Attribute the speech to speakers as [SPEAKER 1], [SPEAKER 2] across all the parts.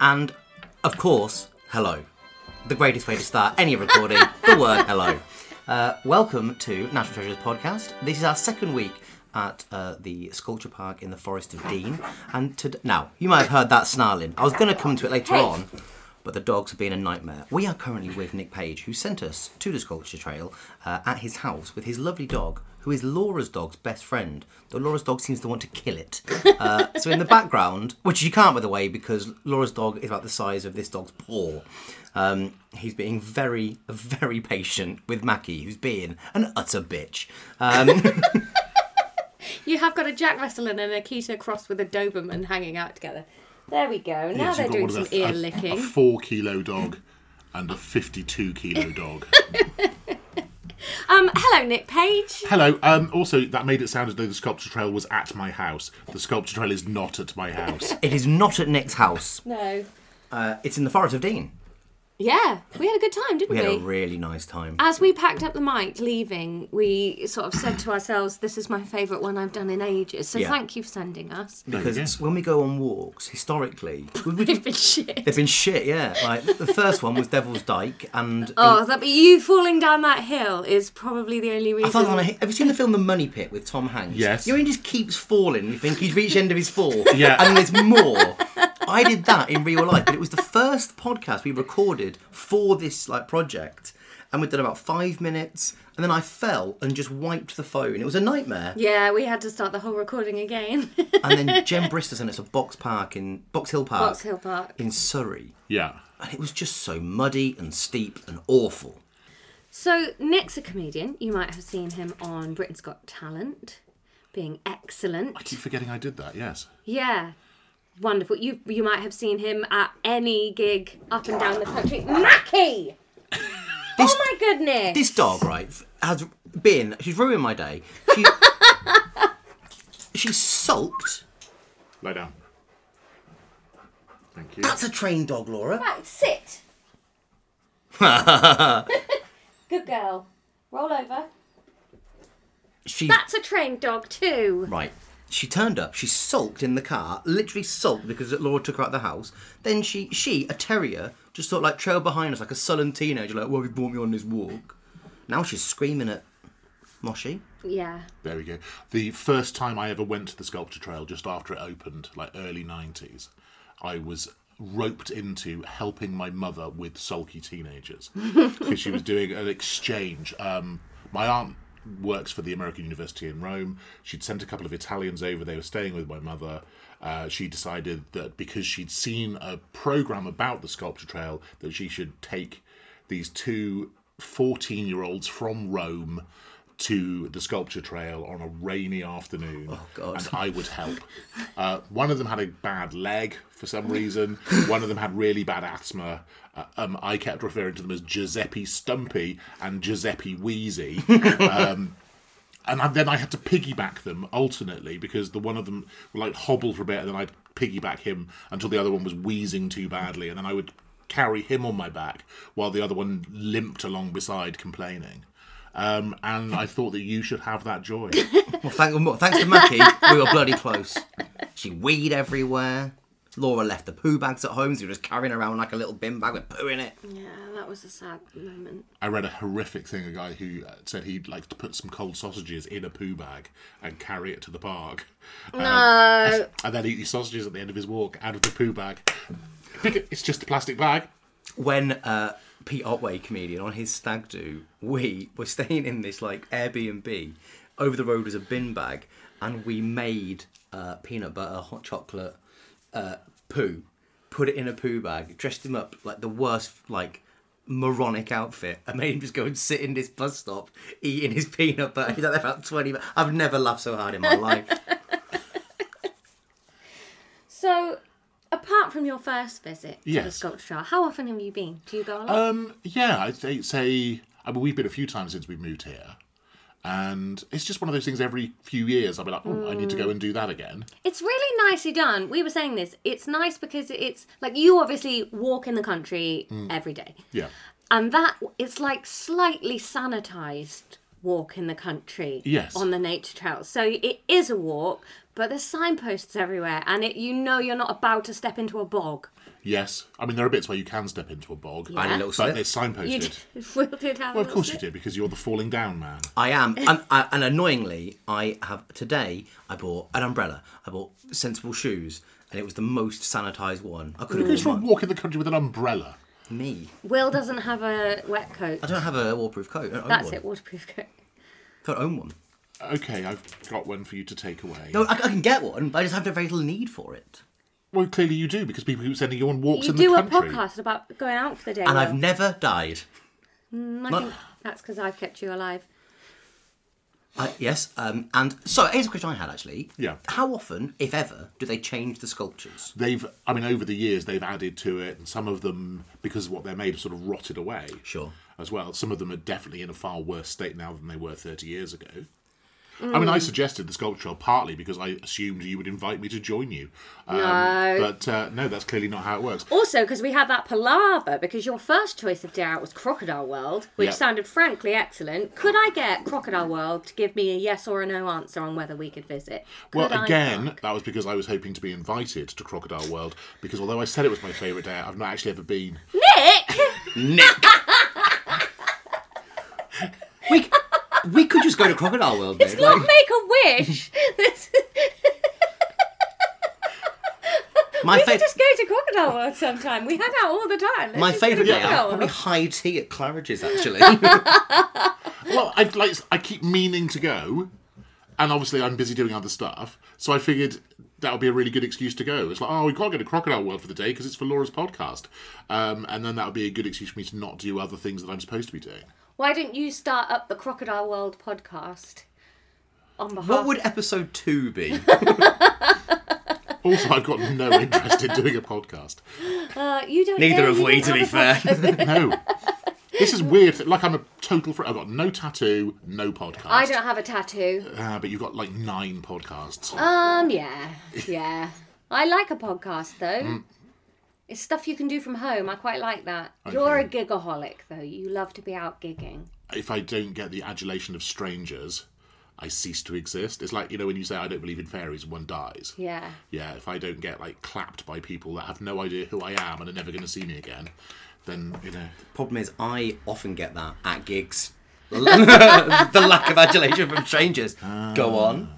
[SPEAKER 1] And, of course, hello. The greatest way to start any recording, the word hello. Uh, welcome to National Treasures Podcast. This is our second week at uh, the Sculpture Park in the Forest of Dean. And to now, you might have heard that snarling. I was going to come to it later
[SPEAKER 2] Hey.
[SPEAKER 1] on, but the dogs have been a nightmare. We are currently with Nick Page, who sent us to the Sculpture Trail uh, at his house with his lovely dog, who is Laura's dog's best friend. Though Laura's dog seems to want to kill it. Uh, so in the background, which you can't by the way, because Laura's dog is about the size of this dog's paw. Um, he's being very, very patient with Mackie, who's being an utter bitch. Um,
[SPEAKER 3] You have got a Jack Russell and an Akita cross with a Doberman hanging out together. There we go. Now
[SPEAKER 4] Yes,
[SPEAKER 3] they're
[SPEAKER 4] you've got
[SPEAKER 3] doing
[SPEAKER 4] one
[SPEAKER 3] some
[SPEAKER 1] uh,
[SPEAKER 4] of the-
[SPEAKER 3] ear
[SPEAKER 4] a- A,
[SPEAKER 3] licking.
[SPEAKER 4] four kilo dog and a 52 kilo dog.
[SPEAKER 3] Um, hello, Nick Page.
[SPEAKER 4] Hello. Um, also, that made it sound as though the sculpture trail was at my house. The sculpture trail is not at my house.
[SPEAKER 1] it is not at Nick's house.
[SPEAKER 3] No.
[SPEAKER 1] Uh, it's in the Forest of Dean.
[SPEAKER 3] Yeah, we had a good time, didn't
[SPEAKER 1] We
[SPEAKER 3] we?
[SPEAKER 1] had a really nice time.
[SPEAKER 3] As we packed up the mic leaving, we sort of said to ourselves, "This is my favourite one I've done in ages." So
[SPEAKER 1] Yeah.
[SPEAKER 3] thank you for sending us.
[SPEAKER 1] Because it's- when we go on walks, historically, we- we-
[SPEAKER 3] They've been shit.
[SPEAKER 1] they've been shit, yeah. Like, the first one was Devil's Dyke, and...
[SPEAKER 3] Oh, that, but you falling down that hill is probably the only reason.
[SPEAKER 1] I fell down a hi- Have you seen the film The Money Pit with Tom Hanks?
[SPEAKER 4] Yes.
[SPEAKER 1] You know, he just keeps falling. You think he's reached the end of his fall.
[SPEAKER 4] Yeah.
[SPEAKER 1] And there's more. I did that in real life, but it was the first podcast we recorded for this like project, and we'd done about five minutes, and then I fell and just wiped the phone. It was a nightmare.
[SPEAKER 3] Yeah, we had to start the whole recording again.
[SPEAKER 1] And then Jen Brister sent us a box park in Box Hill Park
[SPEAKER 3] Box Hill Park.
[SPEAKER 1] in Surrey,
[SPEAKER 4] Yeah.
[SPEAKER 1] and it was just so muddy and steep and awful.
[SPEAKER 3] So Nick's a comedian. You might have seen him on Britain's Got Talent, being excellent.
[SPEAKER 4] I keep forgetting I did that, yes.
[SPEAKER 3] Yeah, wonderful. You you might have seen him at any gig up and down the country. Mackie.
[SPEAKER 1] This-
[SPEAKER 3] oh my goodness.
[SPEAKER 1] This dog, right, has been. She's ruined my day. She, she sulked.
[SPEAKER 4] Lie down. Thank you.
[SPEAKER 1] That's a trained dog, Laura.
[SPEAKER 3] Right, sit. Good girl. Roll over.
[SPEAKER 1] she
[SPEAKER 3] That's a trained dog too.
[SPEAKER 1] right. She turned up. She sulked in the car. Literally sulked because Laura took her out of the house. Then she, she, a terrier, just sort of like trailed behind us like a sullen teenager. Like, well, you brought me on this walk. Now she's screaming at Moshi.
[SPEAKER 3] Yeah.
[SPEAKER 4] There we go. The first time I ever went to the sculpture trail, just after it opened, like early 90s, I was roped into helping my mother with sulky teenagers because she was doing an exchange. Um, my aunt works for the American University in Rome. She'd sent a couple of Italians over, they were staying with my mother. Uh, she decided that because she'd seen a program about the sculpture trail, that she should take these two 14 year olds from Rome to the sculpture trail on a rainy afternoon. And I would help. Uh, one of them had a bad leg for some reason, one of them had really bad asthma. Uh, um, I kept referring to them as Giuseppe Stumpy and Giuseppe Wheezy. Um, and I- then I had to piggyback them alternately because the one of them would like hobble for a bit, and then I'd piggyback him until the other one was wheezing too badly, and then I would carry him on my back while the other one limped along beside, complaining. Um, and I thought that you should have that joy.
[SPEAKER 1] Well, thank, well, thanks to Mackie, we were bloody close. She weed everywhere. Laura left the poo bags at home, so you're just carrying around like a little bin bag with poo in it.
[SPEAKER 3] Yeah, that was a sad moment.
[SPEAKER 4] I read a horrific thing a guy who uh, said he'd like to put some cold sausages in a poo bag and carry it to the park. No. and then eat these sausages at the end of his walk out of the poo bag. Pick it, it's just a plastic bag.
[SPEAKER 1] when uh, Pete Otway, comedian, on his stag do, we were staying in this like Airbnb. Over the road was a bin bag, and we made uh, peanut butter, hot chocolate, uh, poo, put it in a poo bag, dressed him up like the worst, like moronic outfit, and made him just go and sit in this bus stop eating his peanut butter. He's like that for about twenty. minutes. I've never laughed so hard in my life.
[SPEAKER 3] So, apart from your first visit to the
[SPEAKER 4] Yes.
[SPEAKER 3] sculpture trial, how often have you been? Do you go a lot?
[SPEAKER 4] Yeah, I'd say, say I mean, we've been a few times since we've moved here. And it's just one of those things every few years I'll be like, oh, I need to go and do that again.
[SPEAKER 3] It's really nicely done. We were saying this. It's nice because it's like you obviously walk in the country
[SPEAKER 4] Mm.
[SPEAKER 3] every day.
[SPEAKER 4] Yeah.
[SPEAKER 3] And that it's like slightly sanitized walk in the country
[SPEAKER 4] Yes.
[SPEAKER 3] on the nature trail. So it is a walk, but there's signposts everywhere and it you know you're not about to step into a bog.
[SPEAKER 4] Yes. I mean, there are bits where you can step into a bog.
[SPEAKER 1] I had a little
[SPEAKER 4] But
[SPEAKER 1] slip.
[SPEAKER 4] they're signposted.
[SPEAKER 3] You did, Will did have
[SPEAKER 4] Well,
[SPEAKER 3] a
[SPEAKER 4] of course you
[SPEAKER 3] little
[SPEAKER 4] did, because you're the falling down man.
[SPEAKER 1] I am, and, I, and annoyingly, I have today. I bought an umbrella. I bought sensible shoes, and it was the most sanitized one. I could
[SPEAKER 4] Who's
[SPEAKER 1] have worn
[SPEAKER 4] from
[SPEAKER 1] one.
[SPEAKER 4] walking the country with an umbrella?
[SPEAKER 1] me.
[SPEAKER 3] slip. Will doesn't have a wet coat.
[SPEAKER 1] I
[SPEAKER 4] Oh,
[SPEAKER 1] don't have a waterproof coat. I don't own
[SPEAKER 3] That's
[SPEAKER 1] one.
[SPEAKER 3] it, waterproof coat.
[SPEAKER 1] I don't own one.
[SPEAKER 4] Okay, I've got one for you to take away.
[SPEAKER 1] No, I, I can get one, but I just have very little need for it.
[SPEAKER 4] Well, clearly you do, because people keep sending you on walks
[SPEAKER 3] You
[SPEAKER 4] in
[SPEAKER 3] do
[SPEAKER 4] the
[SPEAKER 3] a
[SPEAKER 4] country.
[SPEAKER 3] podcast about going out for the day.
[SPEAKER 1] And I've
[SPEAKER 3] Will.
[SPEAKER 1] never died.
[SPEAKER 3] And I
[SPEAKER 1] not-
[SPEAKER 3] think that's because I've kept you alive.
[SPEAKER 1] I, yes, um, and so here's a question I had actually.
[SPEAKER 4] Yeah.
[SPEAKER 1] How often, if ever, do they change the sculptures?
[SPEAKER 4] They've, I mean, over the years they've added to it, and some of them, because of what they're made, have sort of rotted away.
[SPEAKER 1] Sure.
[SPEAKER 4] As well, some of them are definitely in a far worse state now than they were 30 years ago. I mean, I suggested the sculpture partly because I assumed you would invite me to join you. Um, no. But uh, no, that's clearly not how it works.
[SPEAKER 3] Also, because we had that palaver, because your first choice of day out was Crocodile World, which
[SPEAKER 4] Yep.
[SPEAKER 3] sounded frankly excellent. Could I get Crocodile World to give me a yes or a no answer on whether we could visit?
[SPEAKER 4] Well,
[SPEAKER 3] Could I
[SPEAKER 4] again,
[SPEAKER 3] fuck?
[SPEAKER 4] that was because I was hoping to be invited to Crocodile World. Because although I said it was my favourite day out, I've not actually ever been.
[SPEAKER 3] Nick!
[SPEAKER 1] Nick! we, we could just go to Crocodile World,
[SPEAKER 3] It's
[SPEAKER 1] mate.
[SPEAKER 3] not
[SPEAKER 1] Like,
[SPEAKER 3] make a wish! This-
[SPEAKER 1] my
[SPEAKER 3] we could
[SPEAKER 1] fa-
[SPEAKER 3] just go to Crocodile World sometime. We hang out all the time. Let's
[SPEAKER 1] My
[SPEAKER 3] just go to
[SPEAKER 1] favourite day out,
[SPEAKER 3] Crocodile
[SPEAKER 1] probably
[SPEAKER 3] World.
[SPEAKER 1] high tea at Claridge's actually.
[SPEAKER 4] Well, I like I keep meaning to go, and obviously I'm busy doing other stuff. So I figured that would be a really good excuse to go. It's like, oh, we can't go to Crocodile World for the day because it's for Laura's podcast, um, and then that would be a good excuse for me to not do other things that I'm supposed to be doing.
[SPEAKER 3] Why didn't you start up the Crocodile World podcast? On behalf
[SPEAKER 1] what would episode two be?
[SPEAKER 4] Also, I've got no interest in doing a podcast.
[SPEAKER 3] uh, you don't
[SPEAKER 1] Neither
[SPEAKER 3] know,
[SPEAKER 1] of
[SPEAKER 3] you
[SPEAKER 1] we,
[SPEAKER 3] don't
[SPEAKER 1] to be
[SPEAKER 3] have a
[SPEAKER 1] fair.
[SPEAKER 3] podcast.
[SPEAKER 4] No, this is weird. Like I'm a total freak. I've got no tattoo, no podcast.
[SPEAKER 3] I don't have a tattoo.
[SPEAKER 4] Uh, but you've got like nine podcasts.
[SPEAKER 3] Um, yeah, yeah. I like a podcast though.
[SPEAKER 4] Mm.
[SPEAKER 3] It's stuff you can do from home. I quite like that. You're a gigaholic though. You love to be out gigging.
[SPEAKER 4] if I don't get the adulation of strangers, I cease to exist. It's like you know when you say I don't believe in fairies, one dies.
[SPEAKER 3] Yeah.
[SPEAKER 4] Yeah, if I don't get like clapped by people that have no idea who I am and are never going to see me again, then you know.
[SPEAKER 1] Problem is, I often get that at gigs. the lack of adulation from strangers. Go on.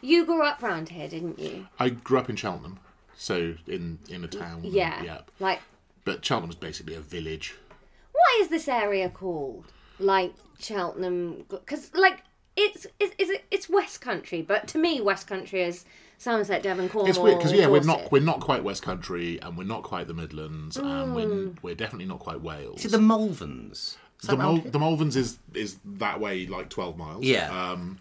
[SPEAKER 3] You grew up round here, didn't you?
[SPEAKER 4] I grew up in Cheltenham, so in in a town.
[SPEAKER 3] Yeah.
[SPEAKER 4] Yeah.
[SPEAKER 3] Like,
[SPEAKER 4] But Cheltenham is basically a village.
[SPEAKER 3] what is this area called? Like Cheltenham, because like it's it's it's it's West Country, but to me West Country is Somerset, Devon, Cornwall.
[SPEAKER 4] It's weird because yeah, we're not
[SPEAKER 3] Dorset.
[SPEAKER 4] we're not quite West Country and we're not quite the Midlands and
[SPEAKER 3] Mm.
[SPEAKER 4] we're, we're definitely not quite Wales.
[SPEAKER 1] To the Malverns. Is
[SPEAKER 4] the,
[SPEAKER 1] that round
[SPEAKER 4] Mol-
[SPEAKER 1] here?
[SPEAKER 4] the Malverns is is that way like twelve miles.
[SPEAKER 1] Yeah.
[SPEAKER 4] Um,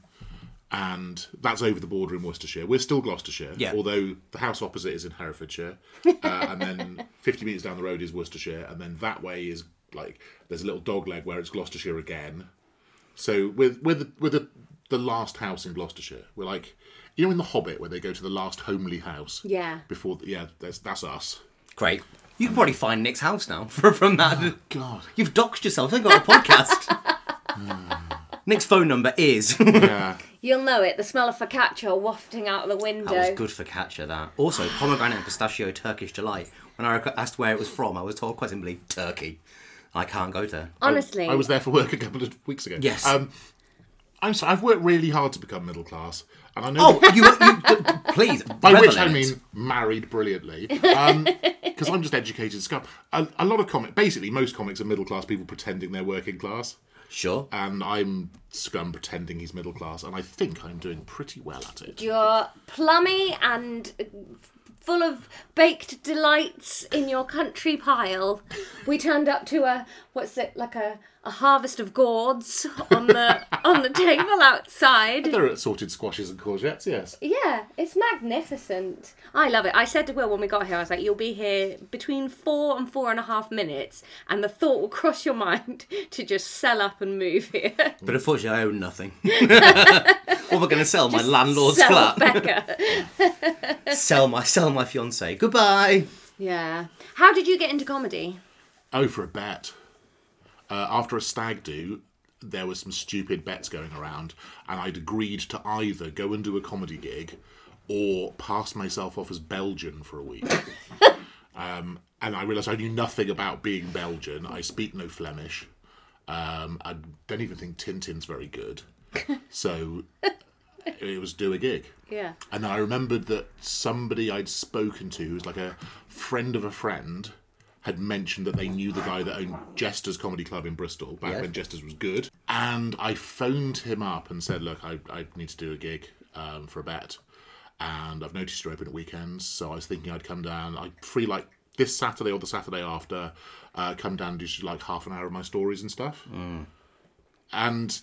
[SPEAKER 4] and that's over the border in Worcestershire. We're still Gloucestershire,
[SPEAKER 1] Yeah.
[SPEAKER 4] although the house opposite is in Herefordshire, uh, and then fifty metres down the road is Worcestershire, and then that way is like there's a little dog leg where it's Gloucestershire again. So we're we're the, we're the the last house in Gloucestershire. We're like you know in the Hobbit where they go to the last homely house.
[SPEAKER 3] Yeah.
[SPEAKER 4] Before yeah, that's that's us.
[SPEAKER 1] Great. You can probably find Nick's house now from, from that.
[SPEAKER 4] God.
[SPEAKER 1] You've doxed yourself. I've got a podcast. Nick's phone number is.
[SPEAKER 4] Yeah.
[SPEAKER 3] You'll know it. The smell of focaccia wafting out the window.
[SPEAKER 1] That was good for catcher. That also pomegranate and pistachio Turkish delight. When I requ- asked where it was from, I was told quite simply Turkey. I can't go there.
[SPEAKER 3] Honestly,
[SPEAKER 4] I was there for work a couple of weeks ago.
[SPEAKER 1] Yes.
[SPEAKER 4] Um, I'm sorry, I've worked really hard to become middle class. And I know
[SPEAKER 1] Oh, you, you d- d- please.
[SPEAKER 4] By
[SPEAKER 1] revel
[SPEAKER 4] which I
[SPEAKER 1] in it.
[SPEAKER 4] mean married brilliantly. Because I'm just educated scum. A, a lot of comic, basically, most comics are middle class people pretending they're working class.
[SPEAKER 1] sure.
[SPEAKER 4] And I'm scum pretending he's middle class, and I think I'm doing pretty well at it.
[SPEAKER 3] you're plummy and uh, full of baked delights in your country pile. We turned up to a what's it like a, a harvest of gourds on the on the table outside.
[SPEAKER 4] They're assorted squashes and courgettes, yes.
[SPEAKER 3] Yeah, it's magnificent. I love it. I said to Will when we got here, I was like, "You'll be here between four and four and a half minutes," and the thought will cross your mind to just sell up and move here.
[SPEAKER 1] But unfortunately, I own nothing. what am I going to sell? My landlord's
[SPEAKER 3] sell
[SPEAKER 1] flat.
[SPEAKER 3] Becca.
[SPEAKER 1] sell my sell my fiance. Goodbye.
[SPEAKER 3] Yeah. How did you get into comedy?
[SPEAKER 4] Oh, for a bet. Uh, after a stag do, there were some stupid bets going around, and I'd agreed to either go and do a comedy gig or pass myself off as Belgian for a week. um, and I realised I knew nothing about being Belgian. I speak no Flemish. Um, I don't even think Tintin's very good. So it was do a gig.
[SPEAKER 3] Yeah.
[SPEAKER 4] And I remembered that somebody I'd spoken to, who was like a friend of a friend, had mentioned that they knew the guy that owned Jester's Comedy Club in Bristol back when Jester's was good. And I phoned him up and said, Look, I, I need to do a gig um, for a bet. And I've noticed you're open at weekends. So I was thinking I'd come down. i free like this Saturday or the Saturday after, uh, come down and do like half an hour of my stories and stuff. And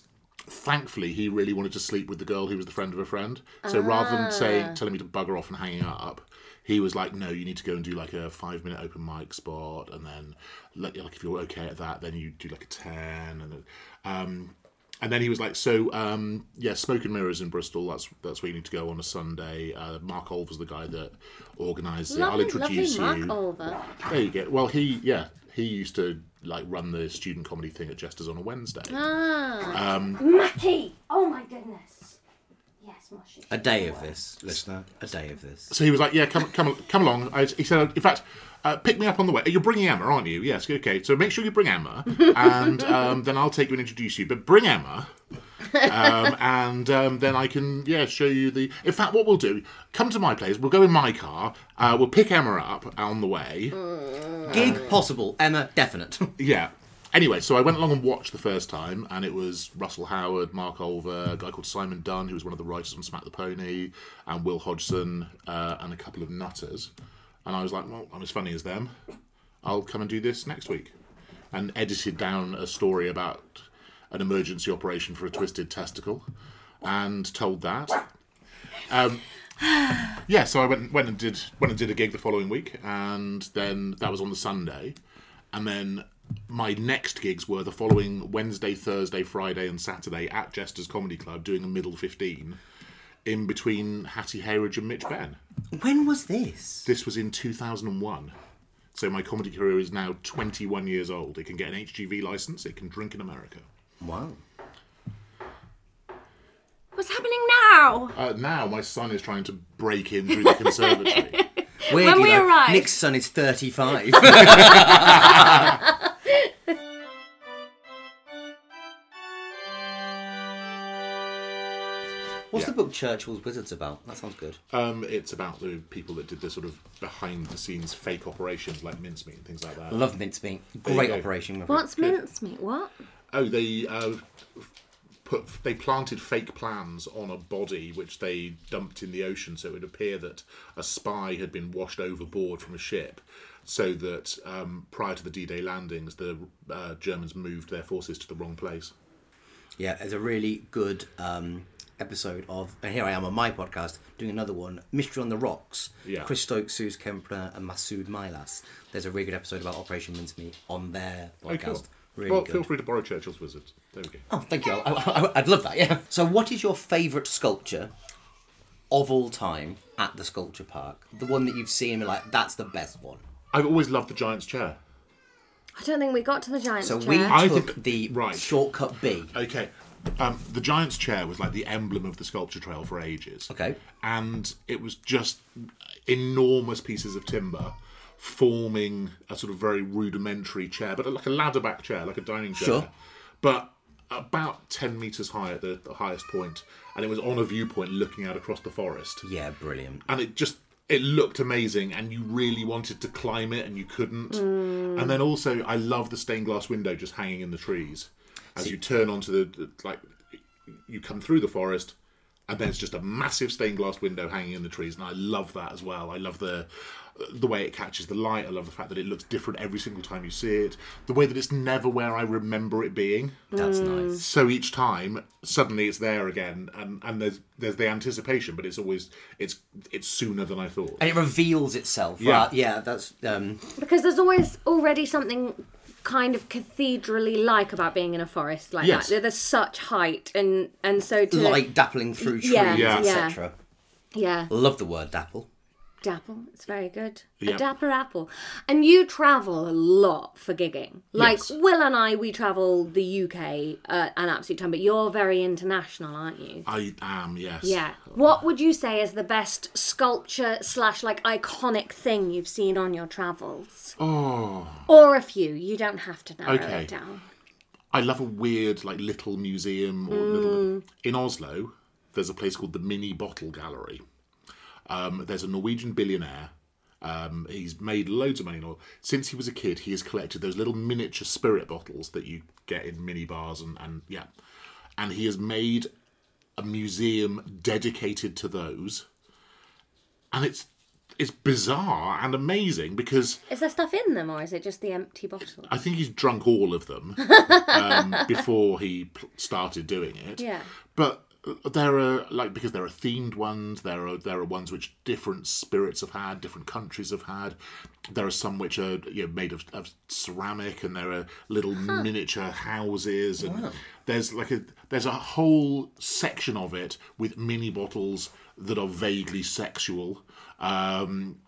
[SPEAKER 4] thankfully he really wanted to sleep with the girl who was the friend of a friend so rather than
[SPEAKER 3] Ah.
[SPEAKER 4] say telling me to bugger off and hanging out up he was like no you need to go and do like a five minute open mic spot and then like, like if you're okay at that then you do like a 10 and then, um and then he was like so um yeah smoke and mirrors in bristol that's that's where you need to go on a sunday uh, mark Olver's the guy that organized it i'll
[SPEAKER 3] Lovely,
[SPEAKER 4] introduce
[SPEAKER 3] lovely
[SPEAKER 4] you
[SPEAKER 3] Mark Olver.
[SPEAKER 4] there you go well he yeah he used to like run the student comedy thing at jester's on a wednesday
[SPEAKER 3] Mackie! Oh my goodness. Yes, Moshi.
[SPEAKER 1] A day of this, listener. A day of this.
[SPEAKER 4] So he was like, "Yeah, come, come, come along." I, he said, "In fact, uh, pick me up on the way. You're bringing Emma, aren't you? Yes. Okay. So make sure you bring Emma, and um, then I'll take you and introduce you. But bring Emma, um, and um, then I can yeah show you the. In fact, what we'll do, come to my place. We'll go in my car. Uh, we'll pick Emma up on the way.
[SPEAKER 1] Gig possible. Emma definite.
[SPEAKER 4] Yeah." Anyway, so I went along and watched the first time, and it was Russell Howard, Mark Olver, a guy called Simon Dunn, who was one of the writers on Smack the Pony, and Will Hodgson, uh, and a couple of nutters. And I was like, well, I'm as funny as them. I'll come and do this next week. And edited down a story about an emergency operation for a twisted testicle and told that. Um, yeah, so I went went and did went and did a gig the following week, and then that was on the Sunday, and then my next gigs were the following Wednesday, Thursday, Friday, and Saturday at Jester's Comedy Club, doing a middle fifteen, in between Hattie Hayridge and Mitch Benn.
[SPEAKER 1] when was this?
[SPEAKER 4] This was in 2001. So my comedy career is now 21 years old. It can get an HGV license, it can drink in America.
[SPEAKER 1] Wow.
[SPEAKER 3] What's happening now?
[SPEAKER 4] Uh, now my son is trying to break in through the conservatory.
[SPEAKER 1] Weirdly,
[SPEAKER 3] we
[SPEAKER 1] though,
[SPEAKER 3] arrived-
[SPEAKER 1] Nick's son is 35. What's the book Churchill's Wizards about? That sounds good.
[SPEAKER 4] um, it's about the people that did the sort of behind the scenes fake operations like mincemeat and things like that.
[SPEAKER 1] Love mincemeat.
[SPEAKER 4] you
[SPEAKER 1] Great
[SPEAKER 4] go.
[SPEAKER 1] operation. Reverend.
[SPEAKER 3] What's mincemeat? What?
[SPEAKER 4] Oh, they uh, put they planted fake plans on a body which they dumped in the ocean, so it would appear that a spy had been washed overboard from a ship. So that um, prior to the D-Day landings, the uh, Germans moved their forces to the wrong place.
[SPEAKER 1] Yeah, it's a really good um, episode of. And here I am on my podcast doing another one, Mystery on the Rocks.
[SPEAKER 4] Yeah.
[SPEAKER 1] Chris Stokes, Suze Kempner, and Masood Mylas. There's a really good episode about Operation Mincemeat on their
[SPEAKER 4] Oh,
[SPEAKER 1] podcast.
[SPEAKER 4] cool.
[SPEAKER 1] Really
[SPEAKER 4] well,
[SPEAKER 1] good.
[SPEAKER 4] feel free to borrow Churchill's Wizards. There we go.
[SPEAKER 1] Oh, thank you. I, I, I'd love that. Yeah. So, what is your favourite sculpture of all time at the sculpture park? The one that you've seen and you're like, that's the best one.
[SPEAKER 4] I've always loved the Giant's chair.
[SPEAKER 3] I don't think we got to the giant
[SPEAKER 1] So
[SPEAKER 3] chair.
[SPEAKER 1] we
[SPEAKER 4] I
[SPEAKER 1] took
[SPEAKER 4] think-
[SPEAKER 1] the
[SPEAKER 4] right.
[SPEAKER 1] shortcut B.
[SPEAKER 4] Okay, Um, the giant's chair was like the emblem of the sculpture trail for ages.
[SPEAKER 1] Okay.
[SPEAKER 4] And it was just enormous pieces of timber forming a sort of very rudimentary chair, but like a ladder back chair, like a dining chair.
[SPEAKER 1] Sure.
[SPEAKER 4] But about 10 metres high at the, the highest point, and it was on a viewpoint looking out across the forest
[SPEAKER 1] Yeah, brilliant.
[SPEAKER 4] and it just it looked amazing and you really wanted to climb it and you couldn't and then also i love the stained glass window just hanging in the trees as you turn onto the the- like you come through the forest and then it's just a massive stained glass window hanging in the trees and i love that as well i love the the way it catches the light i love the fact that it looks different every single time you see it the way that it's never where i remember it being
[SPEAKER 1] That's
[SPEAKER 3] Mm.
[SPEAKER 1] nice.
[SPEAKER 4] so each time suddenly it's there again and and there's there's the anticipation but it's always it's it's sooner than i thought
[SPEAKER 1] And it reveals itself.
[SPEAKER 4] Yeah.
[SPEAKER 1] right? yeah, that's um,
[SPEAKER 3] Because there's always already something kind of cathedraly like about being in a forest like
[SPEAKER 4] Yes.
[SPEAKER 3] that. There's such height and and so to
[SPEAKER 1] light dappling through trees,
[SPEAKER 3] Yeah,
[SPEAKER 4] Yeah.
[SPEAKER 3] yeah.
[SPEAKER 1] etc.
[SPEAKER 3] yeah,
[SPEAKER 1] Love the word dapple.
[SPEAKER 3] dapple. It's very good.
[SPEAKER 4] Yeah.
[SPEAKER 3] A dapper apple. And you travel a lot for gigging. Like
[SPEAKER 4] Yes.
[SPEAKER 3] Will and I, we travel the UK uh, an absolute ton. But you're very international, aren't you?
[SPEAKER 4] i am yes
[SPEAKER 3] Yeah. What would you say is the best sculpture slash like iconic thing you've seen on your travels?
[SPEAKER 4] oh
[SPEAKER 3] Or a few. You don't have to narrow
[SPEAKER 4] Okay.
[SPEAKER 3] it down.
[SPEAKER 4] i love a weird like little museum or little in oslo there's a place called the mini bottle gallery um, there's a norwegian billionaire um, he's made loads of money. in all- Since he was a kid, he has collected those little miniature spirit bottles that you get in mini bars and, and yeah. And he has made a museum dedicated to those. And it's it's bizarre and amazing because
[SPEAKER 3] Is there stuff in them or is it just the empty bottle?
[SPEAKER 4] I think he's drunk all of them um, before he pl- started doing it.
[SPEAKER 3] Yeah.
[SPEAKER 4] But uh, there are like because there are themed ones. There are there are ones which different spirits have had, different countries have had. There are some which are you know, made of, of ceramic, and there are little miniature houses. And there's like a there's a whole section of it with mini bottles that are vaguely sexual. Um,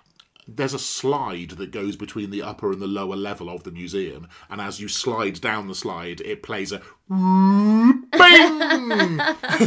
[SPEAKER 4] there's a slide that goes between the upper and the lower level of the museum, and as you slide down the slide, it plays a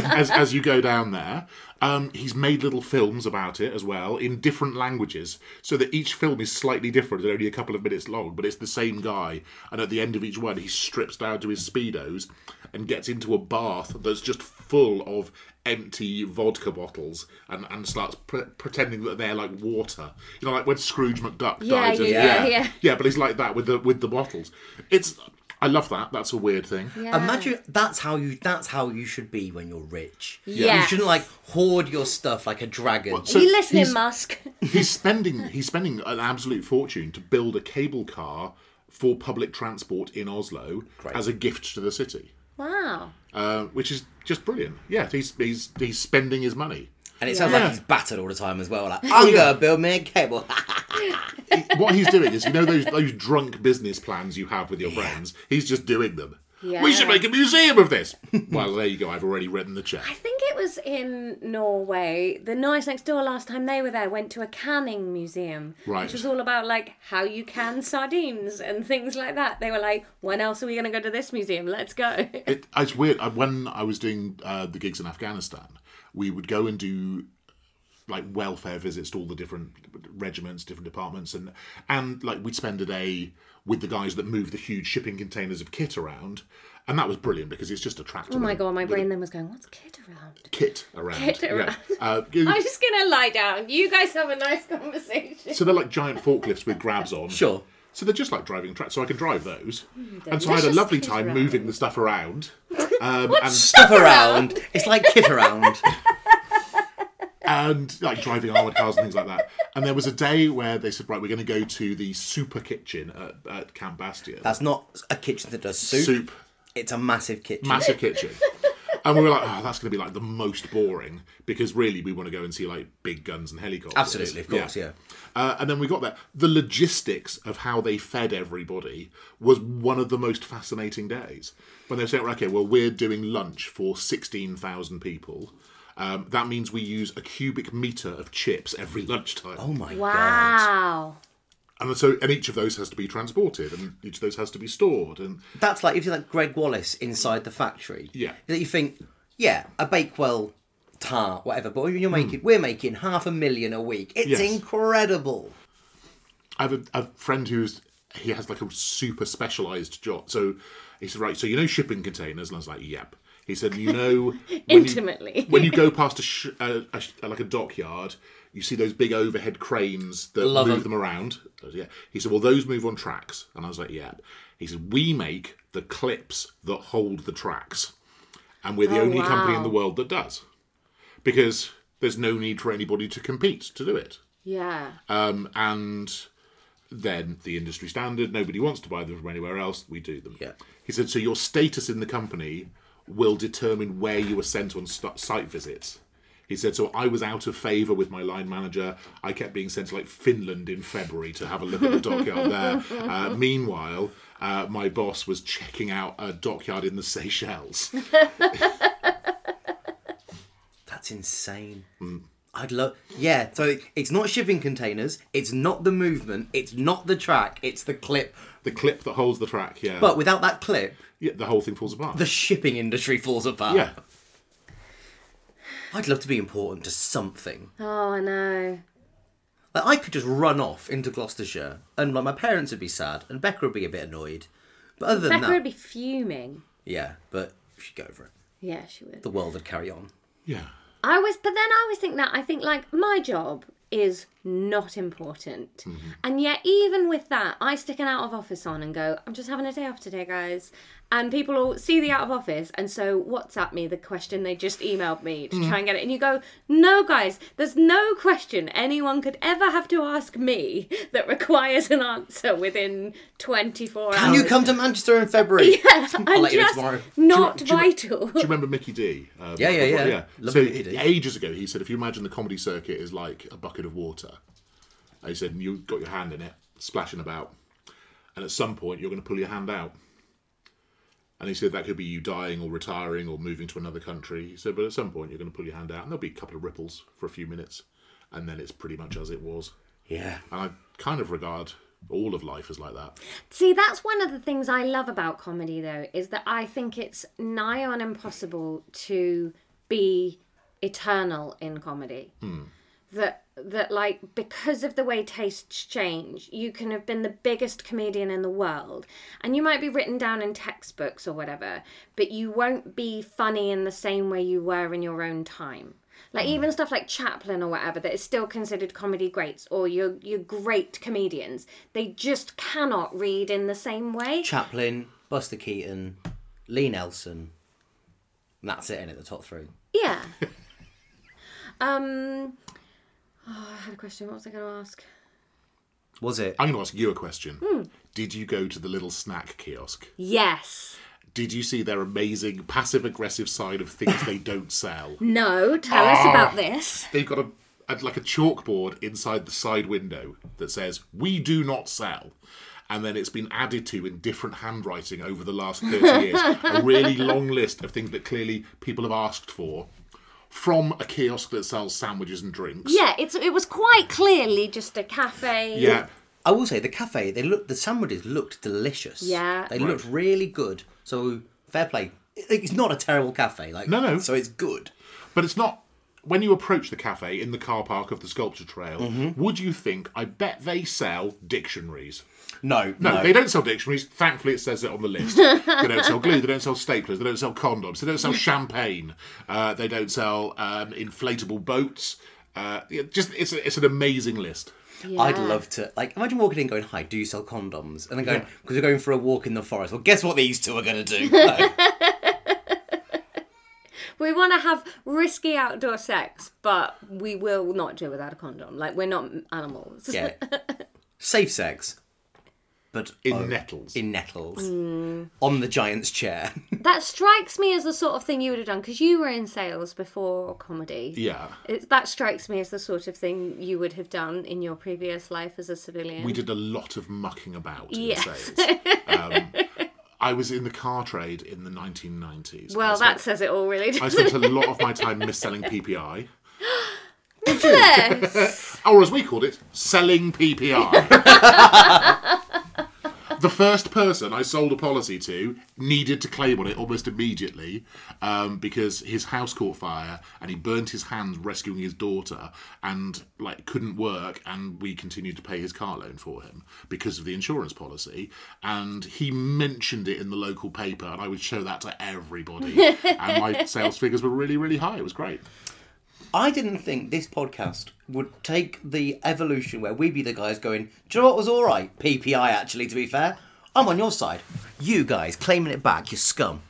[SPEAKER 4] as, as you go down there. Um, he's made little films about it as well in different languages, so that each film is slightly different and only a couple of minutes long, but it's the same guy. And at the end of each one, he strips down to his Speedos and gets into a bath that's just full of empty vodka bottles and, and starts pre- pretending that they're like water. You know, like when Scrooge McDuck
[SPEAKER 3] Yeah,
[SPEAKER 4] dies. and-
[SPEAKER 3] yeah,
[SPEAKER 4] yeah,
[SPEAKER 3] yeah.
[SPEAKER 4] Yeah, but he's like that with the, with the bottles. It's. I love that. That's a weird thing.
[SPEAKER 3] Yeah.
[SPEAKER 1] Imagine that's how you that's how you should be when you're rich.
[SPEAKER 3] Yeah.
[SPEAKER 1] You shouldn't like hoard your stuff like a dragon.
[SPEAKER 4] So
[SPEAKER 3] Are you listening,
[SPEAKER 4] he's-
[SPEAKER 3] Musk?
[SPEAKER 4] he's spending he's spending an absolute fortune to build a cable car for public transport in Oslo as a gift to the city,
[SPEAKER 3] Wow.
[SPEAKER 4] uh, which is just brilliant. Yeah, he's he's he's spending his money.
[SPEAKER 1] And it sounds
[SPEAKER 4] Yeah.
[SPEAKER 1] like he's battered all the time as well. Like, I'm gonna build me a cable.
[SPEAKER 4] what he's doing is, you know, those those drunk business plans you have with your friends. He's just doing them. We should
[SPEAKER 3] Yeah.
[SPEAKER 4] make a museum of this. well, there you go. I've already written the check.
[SPEAKER 3] I think it was in Norway. The noise next door last time they were there went to a canning museum,
[SPEAKER 4] Right.
[SPEAKER 3] which was all about like how you can sardines and things like that. They were like, "When else are we going to go to this museum? Let's go."
[SPEAKER 4] It, it's weird. I- When I was doing uh, the gigs in Afghanistan, we would go and do like welfare visits to all the different regiments, different departments, and and like we'd spend a day with the guys that move the huge shipping containers of kit around, and that was brilliant because it's just a tractor.
[SPEAKER 3] Oh
[SPEAKER 4] with
[SPEAKER 3] my
[SPEAKER 4] a-
[SPEAKER 3] god, my
[SPEAKER 4] with a
[SPEAKER 3] brain then was going, "What's kid around?"
[SPEAKER 4] Kit around.
[SPEAKER 3] Kit
[SPEAKER 4] yeah.
[SPEAKER 3] around.
[SPEAKER 4] Uh, you-
[SPEAKER 3] I'm just gonna lie down. You guys have a nice conversation.
[SPEAKER 4] so they're like giant forklifts with grabs on.
[SPEAKER 1] Sure.
[SPEAKER 4] So they're just like driving tracks. So I can drive those, and so I had
[SPEAKER 3] Mm,
[SPEAKER 4] a
[SPEAKER 3] delicious
[SPEAKER 4] lovely
[SPEAKER 3] kit
[SPEAKER 4] time
[SPEAKER 3] around.
[SPEAKER 4] moving the stuff around. Um, and
[SPEAKER 1] Stuff around. It's like kid around.
[SPEAKER 4] and like driving armored cars and things like that. And there was a day where they said, right, we're going to go to the super kitchen at, at Camp Bastia.
[SPEAKER 1] That's not a kitchen that does soup.
[SPEAKER 4] soup,
[SPEAKER 1] It's a massive kitchen.
[SPEAKER 4] massive kitchen. And we were like, oh, that's going to be like the most boring because really we want to go and see like big guns and helicopters.
[SPEAKER 1] Absolutely, of course, yeah.
[SPEAKER 4] Uh, and then we got there. The logistics of how they fed everybody was one of the most fascinating days. When they were saying, "Right, okay, well, we're doing lunch for 16,000 people. Um, that means we use a cubic metre of chips every lunchtime.
[SPEAKER 1] Oh my god.
[SPEAKER 3] wow.
[SPEAKER 4] And so, and each of those has to be transported, and each of those has to be stored, and
[SPEAKER 1] That's like if you like Greg Wallace inside the factory.
[SPEAKER 4] Yeah.
[SPEAKER 1] That you think, yeah, a Bakewell tart, whatever, but you're making we're making half a million a week. It's
[SPEAKER 4] Hmm. Yes.
[SPEAKER 1] incredible.
[SPEAKER 4] I have a, a friend who's he has like a super specialized job. So he said, right, so you know shipping containers, and I was like, yep. He said, you know, when you-
[SPEAKER 3] Intimately.
[SPEAKER 4] when you go past a, sh- a, a sh- like a dockyard, you see those big overhead cranes that
[SPEAKER 1] Love
[SPEAKER 4] move
[SPEAKER 1] 'em.
[SPEAKER 4] them around. I was, yeah. He said, well, those move on tracks, and I was like, yeah. He said, we make the clips that hold the tracks, and we're the
[SPEAKER 3] Oh,
[SPEAKER 4] only company in
[SPEAKER 3] wow.
[SPEAKER 4] the world that does, because there's no need for anybody to compete to do it.
[SPEAKER 3] Yeah.
[SPEAKER 4] Um, and then the industry standard, nobody wants to buy them from anywhere else, we do them.
[SPEAKER 1] Yeah.
[SPEAKER 4] He said, so your status in the company will determine where you were sent on st- site visits. He said, so I was out of favour with my line manager. I kept being sent to like Finland in February to have a look at the dockyard there. Uh, meanwhile, uh, my boss was checking out a dockyard in the Seychelles.
[SPEAKER 1] That's insane.
[SPEAKER 4] Hmm.
[SPEAKER 1] I'd love Yeah, so it's not shipping containers, it's not the movement, it's not the track, it's the clip.
[SPEAKER 4] the clip that holds the track, yeah.
[SPEAKER 1] But without that clip,
[SPEAKER 4] yeah, the whole thing falls apart.
[SPEAKER 1] the shipping industry falls apart.
[SPEAKER 4] yeah.
[SPEAKER 1] I'd love to be important to something.
[SPEAKER 3] Oh, I know.
[SPEAKER 1] Like I could just run off into Gloucestershire, and like my parents would be sad, and Becca would be a bit annoyed. But other than
[SPEAKER 3] Becca
[SPEAKER 1] that,
[SPEAKER 3] would be fuming.
[SPEAKER 1] yeah, but she'd go for it.
[SPEAKER 3] Yeah, she would.
[SPEAKER 1] The world would carry on.
[SPEAKER 4] Yeah.
[SPEAKER 3] I always, but then I always think that I think like my job is not important,
[SPEAKER 4] Mm-hmm.
[SPEAKER 3] and yet even with that, I stick an out of office on and go, I'm just having a day off today, guys, and people all see the out of office, and so WhatsApp me the question they just emailed me to
[SPEAKER 4] Mm.
[SPEAKER 3] try and get it, and you go, no, guys, there's no question anyone could ever have to ask me that requires an answer within 24 hours.
[SPEAKER 1] Can you come to Manchester in February? Yeah, I'll
[SPEAKER 3] I'm
[SPEAKER 1] let you know
[SPEAKER 3] just
[SPEAKER 1] tomorrow.
[SPEAKER 3] not
[SPEAKER 4] do you-
[SPEAKER 3] vital.
[SPEAKER 4] Do you remember Mickey D? Um,
[SPEAKER 1] Yeah, yeah,
[SPEAKER 4] I thought-
[SPEAKER 1] yeah. Love
[SPEAKER 4] So
[SPEAKER 1] Mickey D.
[SPEAKER 4] ages ago, he said, if you imagine the comedy circuit is like a bucket of water, he said, and you've got your hand in it, splashing about, and at some point you're going to pull your hand out. And he said that could be you dying or retiring or moving to another country. He said, but at some point you're going to pull your hand out, and there'll be a couple of ripples for a few minutes, and then it's pretty much as it was.
[SPEAKER 1] Yeah.
[SPEAKER 4] And I kind of regard all of life as like that.
[SPEAKER 3] See, that's one of the things I love about comedy, though, is that I think it's nigh on impossible to be eternal in comedy. That that like because of the way tastes change, you can have been the biggest comedian in the world, and you might be written down in textbooks or whatever, but you won't be funny in the same way you were in your own time. Like even stuff like Chaplin or whatever that is still considered comedy greats or your your great comedians, they just cannot read in the same way.
[SPEAKER 1] Chaplin, Buster Keaton, Lee Nelson. And that's it, in at the top three.
[SPEAKER 3] yeah. um. Oh, I had a question. What was I going to ask?
[SPEAKER 1] Was it?
[SPEAKER 4] I'm going to ask you a question. Did you go to the little snack kiosk?
[SPEAKER 3] Yes.
[SPEAKER 4] Did you see their amazing passive aggressive side of things they don't sell?
[SPEAKER 3] No. Tell us about this.
[SPEAKER 4] They've got a, a like a chalkboard inside the side window that says "We do not sell." And then it's been added to in different handwriting over the last 30 years. A really long list of things that clearly people have asked for from a kiosk that sells sandwiches and drinks.
[SPEAKER 3] Yeah, it's it was quite clearly just a cafe.
[SPEAKER 4] Yeah.
[SPEAKER 1] I will say the cafe. They looked the sandwiches looked delicious.
[SPEAKER 3] Yeah.
[SPEAKER 1] they looked really good. So fair play. It- It's not a terrible cafe. Like
[SPEAKER 4] No, no.
[SPEAKER 1] So it's good.
[SPEAKER 4] But it's not. When you approach the cafe in the car park of the sculpture trail, would you think, I bet they sell dictionaries?
[SPEAKER 1] No,
[SPEAKER 4] No, they don't sell dictionaries. Thankfully, it says it on the list. they don't sell glue. They don't sell staplers. They don't sell condoms. They don't sell champagne. Uh, they don't sell um, inflatable boats. Uh, yeah, just it's a, it's an amazing list.
[SPEAKER 1] I'd love to. Like, imagine walking in, going, "Hi, do you sell condoms?" And then going, "Because we're going for a walk in the forest." Well, guess what these two are going to do? No.
[SPEAKER 3] We want to have risky outdoor sex, but we will not do without a condom. Like we're not animals.
[SPEAKER 1] yeah, safe sex, but
[SPEAKER 4] In
[SPEAKER 1] oh,
[SPEAKER 4] nettles.
[SPEAKER 1] in nettles on the giant's chair.
[SPEAKER 3] That strikes me as the sort of thing you would have done because you were in sales before comedy.
[SPEAKER 4] yeah.
[SPEAKER 3] It, that strikes me as the sort of thing you would have done in your previous life as a civilian.
[SPEAKER 4] We did a lot of mucking about
[SPEAKER 3] Yes.
[SPEAKER 4] in sales. Um, I was in the car trade in the 1990s.
[SPEAKER 3] well,
[SPEAKER 4] I
[SPEAKER 3] that
[SPEAKER 4] spent-
[SPEAKER 3] says it all, really.
[SPEAKER 4] I
[SPEAKER 3] doesn't
[SPEAKER 4] spent a lot of my time mis-selling PPI.
[SPEAKER 3] Fabulous.
[SPEAKER 4] Oh, or as we called it, selling PPR. the first person I sold a policy to needed to claim on it almost immediately um, because his house caught fire and he burnt his hands rescuing his daughter and like couldn't work and we continued to pay his car loan for him because of the insurance policy and he mentioned it in the local paper and I would show that to everybody and my sales figures were really really high it was great
[SPEAKER 1] I didn't think this podcast would take the evolution where we be the guys going, do you know what was alright? PPI, actually, to be fair. I'm on your side. You guys claiming it back, you scum.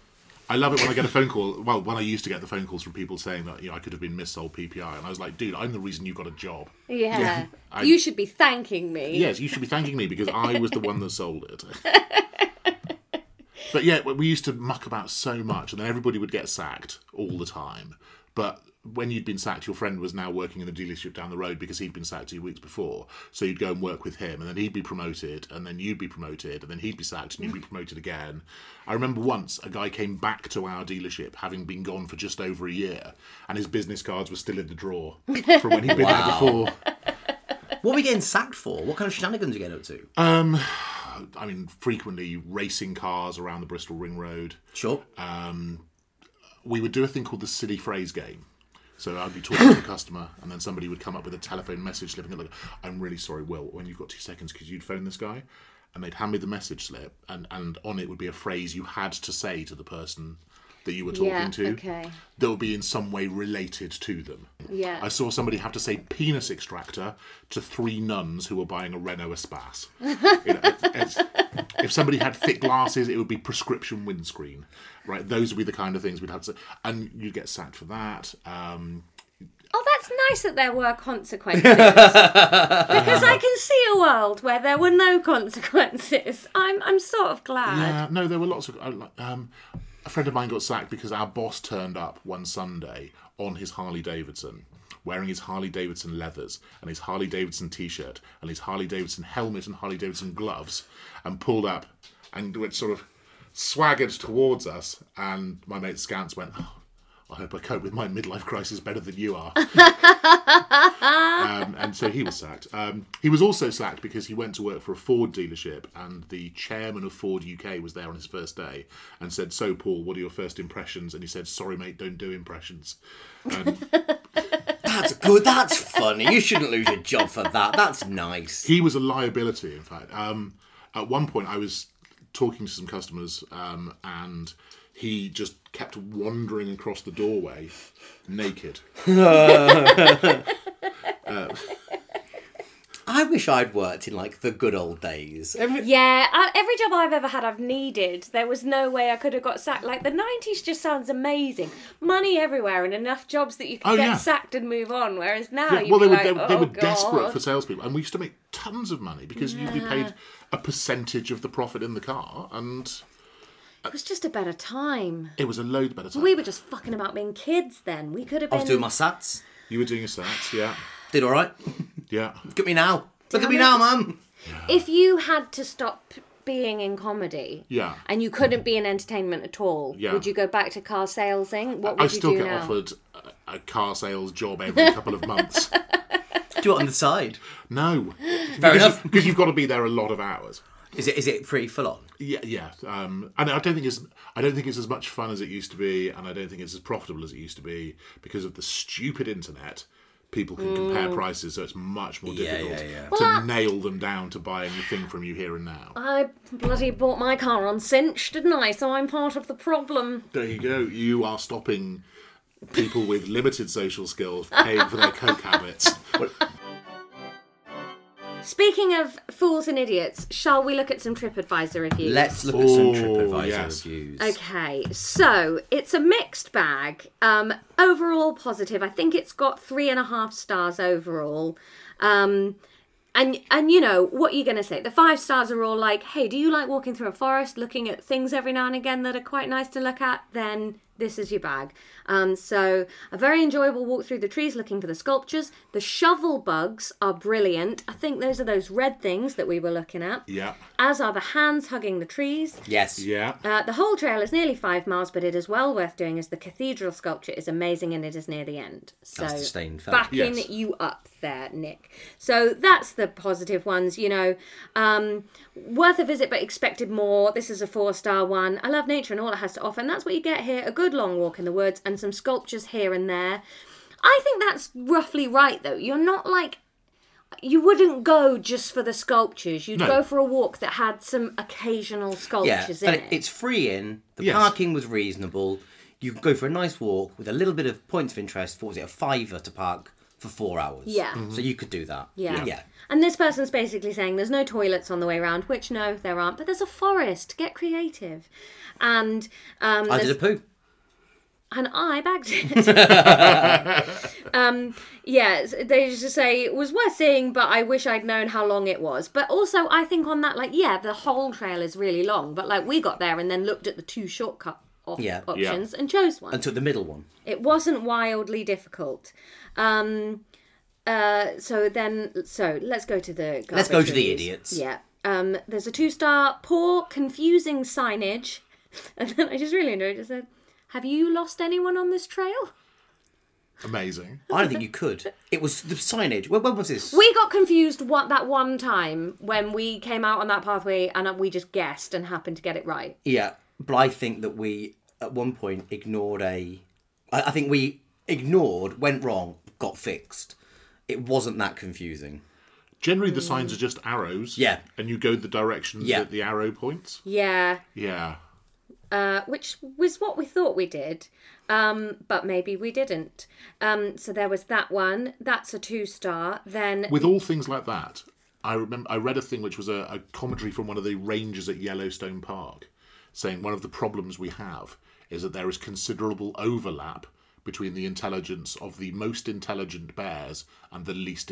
[SPEAKER 4] I love it when I get a phone call. Well, when I used to get the phone calls from people saying that you know I could have been missold PPI, and I was like, dude, I'm the reason you got a job.
[SPEAKER 3] Yeah.
[SPEAKER 4] I-
[SPEAKER 3] you should be thanking me.
[SPEAKER 4] Yes, you should be thanking me because I was the one that sold it. but yeah, we- we used to muck about so much, and then everybody would get sacked all the time. But when you'd been sacked, your friend was now working in the dealership down the road because he'd been sacked two weeks before. So you'd go and work with him, and then he'd be promoted, and then you'd be promoted, and then he'd be sacked, and you'd be promoted again. I remember once a guy came back to our dealership having been gone for just over a year, and his business cards were still in the drawer from when he'd been there before.
[SPEAKER 1] What are we getting sacked for? What kind of shenanigans are you getting up to?
[SPEAKER 4] Um, I mean, frequently racing cars around the Bristol Ring Road. Um,
[SPEAKER 1] sure.
[SPEAKER 4] We would do a thing called the silly phrase game. So I'd be talking to a customer, and then somebody would come up with a telephone message slip and go, like, "I'm really sorry, Will. When you've got two seconds, could you phone this guy?" And they'd hand me the message slip, and and on it would be a phrase you had to say to the person that you were talking
[SPEAKER 3] Yeah,
[SPEAKER 4] to.
[SPEAKER 3] okay.
[SPEAKER 4] That would be in some way related to them.
[SPEAKER 3] Yeah.
[SPEAKER 4] I saw somebody have to say penis extractor to three nuns who were buying a Renault Espace. You know, it's- it's- if somebody had thick glasses, it would be prescription windscreen, right? Those would be the kind of things we'd have to, and you'd get sacked for that. Um,
[SPEAKER 3] Oh, that's nice that there were consequences. because I can see a world where there were no consequences. I'm, I'm sort of glad.
[SPEAKER 4] yeah, no, there were lots of. uh, like, Um, a friend of mine got sacked because our boss turned up one Sunday on his Harley Davidson, wearing his Harley Davidson leathers and his Harley Davidson T-shirt and his Harley Davidson helmet and Harley Davidson gloves, and pulled up and went sort of swaggered towards us. And my mate Scance went. Oh, I hope I cope with my midlife crisis better than you are. um, and so he was sacked. Um, he was also sacked because he went to work for a Ford dealership, and the chairman of Ford UK was there on his first day and said, "So, Paul, what are your first impressions?" And he said, "Sorry, mate, don't do impressions." And
[SPEAKER 1] that's good. That's funny. You shouldn't lose your job for that. That's nice.
[SPEAKER 4] he was a liability, in fact. Um, at one point, I was talking to some customers, um, and he just kept wandering across the doorway naked.
[SPEAKER 1] I wish I'd worked in like the good old days. Every-
[SPEAKER 3] Yeah, I, every job I've ever had, I've needed. There was no way I could have got sacked. Like the '90s just sounds amazing. Money everywhere and enough jobs that you could
[SPEAKER 4] Oh,
[SPEAKER 3] get
[SPEAKER 4] yeah.
[SPEAKER 3] sacked and move on. Whereas now,
[SPEAKER 4] Yeah,
[SPEAKER 3] you'd
[SPEAKER 4] well,
[SPEAKER 3] be
[SPEAKER 4] they were,
[SPEAKER 3] like,
[SPEAKER 4] they,
[SPEAKER 3] oh,
[SPEAKER 4] were- they were
[SPEAKER 3] God.
[SPEAKER 4] desperate for salespeople, and we used to make tons of money because you'd be paid a percentage of the profit in the car, and
[SPEAKER 3] It was just a better time.
[SPEAKER 4] it was a load better time.
[SPEAKER 3] We were just fucking about being kids then. We could have
[SPEAKER 1] I
[SPEAKER 3] been.
[SPEAKER 1] was doing my sats.
[SPEAKER 4] You were doing your sats, yeah,
[SPEAKER 1] Did all right.
[SPEAKER 4] yeah.
[SPEAKER 1] Look at me now. Look at me
[SPEAKER 3] it.
[SPEAKER 1] now, man.
[SPEAKER 3] If you had to stop being in comedy,
[SPEAKER 4] Yeah.
[SPEAKER 3] and you couldn't be in entertainment at all,
[SPEAKER 4] Yeah.
[SPEAKER 3] would you go back to car salesing? What would
[SPEAKER 4] I
[SPEAKER 3] you
[SPEAKER 4] still
[SPEAKER 3] do
[SPEAKER 4] get
[SPEAKER 3] now?
[SPEAKER 4] offered a, a car sales job every couple of months.
[SPEAKER 1] Do it on the side.
[SPEAKER 4] No,
[SPEAKER 1] Fair enough.
[SPEAKER 4] because you've got to be there a lot of hours.
[SPEAKER 1] Is it is it pretty full on?
[SPEAKER 4] Yeah, yeah, um, and I don't think it's I don't think it's as much fun as it used to be, and I don't think it's as profitable as it used to be because of the stupid internet. People can compare prices, so it's much more
[SPEAKER 1] Mm. Yeah,
[SPEAKER 4] difficult
[SPEAKER 1] yeah, yeah.
[SPEAKER 4] to nail them down to buying the thing from you here and now.
[SPEAKER 3] I bloody bought my car on cinch, didn't I? So I'm part of the problem.
[SPEAKER 4] there you go. You are stopping people with limited social skills paying for their coke habits.
[SPEAKER 3] Speaking of fools and idiots, shall we look at some TripAdvisor reviews?
[SPEAKER 1] Let's look at some
[SPEAKER 4] Oh,
[SPEAKER 1] TripAdvisor
[SPEAKER 4] yes.
[SPEAKER 1] reviews.
[SPEAKER 3] Okay, so it's a mixed bag. Um, overall positive. I think it's got three and a half stars overall. Um, and and you know what you're gonna say. The five stars are all like, hey, do you like walking through a forest, looking at things every now and again that are quite nice to look at? Then This is your bag. Um, so, a very enjoyable walk through the trees looking for the sculptures. The shovel bugs are brilliant. I think those are those red things that we were looking at.
[SPEAKER 4] Yeah.
[SPEAKER 3] As are the hands hugging the trees.
[SPEAKER 1] Yes.
[SPEAKER 4] Yeah.
[SPEAKER 3] Uh, the whole trail is nearly five miles, but it is well worth doing as the cathedral sculpture is amazing and it is near the end. So
[SPEAKER 1] That's the stained felt.
[SPEAKER 3] backing
[SPEAKER 4] Yes.
[SPEAKER 3] you up there, Nick. So that's the positive ones. You know, um, worth a visit, but expected more. This is a four star one. I love nature and all it has to offer, and that's what you get here: a good long walk in the woods and some sculptures here and there. I think that's roughly right, though. You're not like you wouldn't go just for the sculptures. You'd
[SPEAKER 4] No.
[SPEAKER 3] go for a walk that had some occasional
[SPEAKER 1] Yeah,
[SPEAKER 3] sculptures
[SPEAKER 1] but
[SPEAKER 3] in
[SPEAKER 1] it- it's free in. The
[SPEAKER 4] Yes.
[SPEAKER 1] parking was reasonable. You could go for a nice walk with a little bit of points of interest. What was it? A fiver to park for four hours.
[SPEAKER 3] Yeah. Mhm.
[SPEAKER 1] So you could do that.
[SPEAKER 3] Yeah.
[SPEAKER 1] Yeah.
[SPEAKER 3] And this person's basically saying there's no toilets on the way round, which no, there aren't, but there's a forest. Get creative. And um,
[SPEAKER 1] I
[SPEAKER 3] there's-
[SPEAKER 1] did a poo.
[SPEAKER 3] and I bagged it. um, yeah, s- they used to say it was worth seeing, but I wish I'd known how long it was. But also, I think on that, like, yeah, the whole trail is really long, but like we got there and then looked at the two shortcut op-
[SPEAKER 1] Yeah. Yeah.
[SPEAKER 3] options and chose one.
[SPEAKER 1] And took the middle one.
[SPEAKER 3] It wasn't wildly difficult. Um, uh, so then, so let's go to the.
[SPEAKER 1] Let's
[SPEAKER 3] garbage
[SPEAKER 1] go to the
[SPEAKER 3] reviews.
[SPEAKER 1] idiots.
[SPEAKER 3] Yeah. Um, there's a two star poor, confusing signage. And then I just really enjoyed it. It said, Have you lost anyone on this trail?
[SPEAKER 4] Amazing.
[SPEAKER 1] I don't think you could. It was the signage. When, when was this?
[SPEAKER 3] We got confused what, that one time when we came out on that pathway and we just guessed and happened to get it right.
[SPEAKER 1] Yeah, but I think that we at one point ignored a. I, I think we ignored, went wrong, got fixed. It wasn't that confusing.
[SPEAKER 4] Generally, the signs are just arrows.
[SPEAKER 1] Mm. Yeah.
[SPEAKER 4] And you go the direction
[SPEAKER 1] Yeah.
[SPEAKER 4] that the arrow points.
[SPEAKER 3] Yeah.
[SPEAKER 4] Yeah.
[SPEAKER 3] uh, which was what we thought we did, um, but maybe we didn't. Um, so there was that one. That's a two star. Then
[SPEAKER 4] With all things like that, I remember I read a thing which was a, a commentary from one of the rangers at Yellowstone Park, saying one of the problems we have is that there is considerable overlap between the intelligence of the most intelligent bears and the least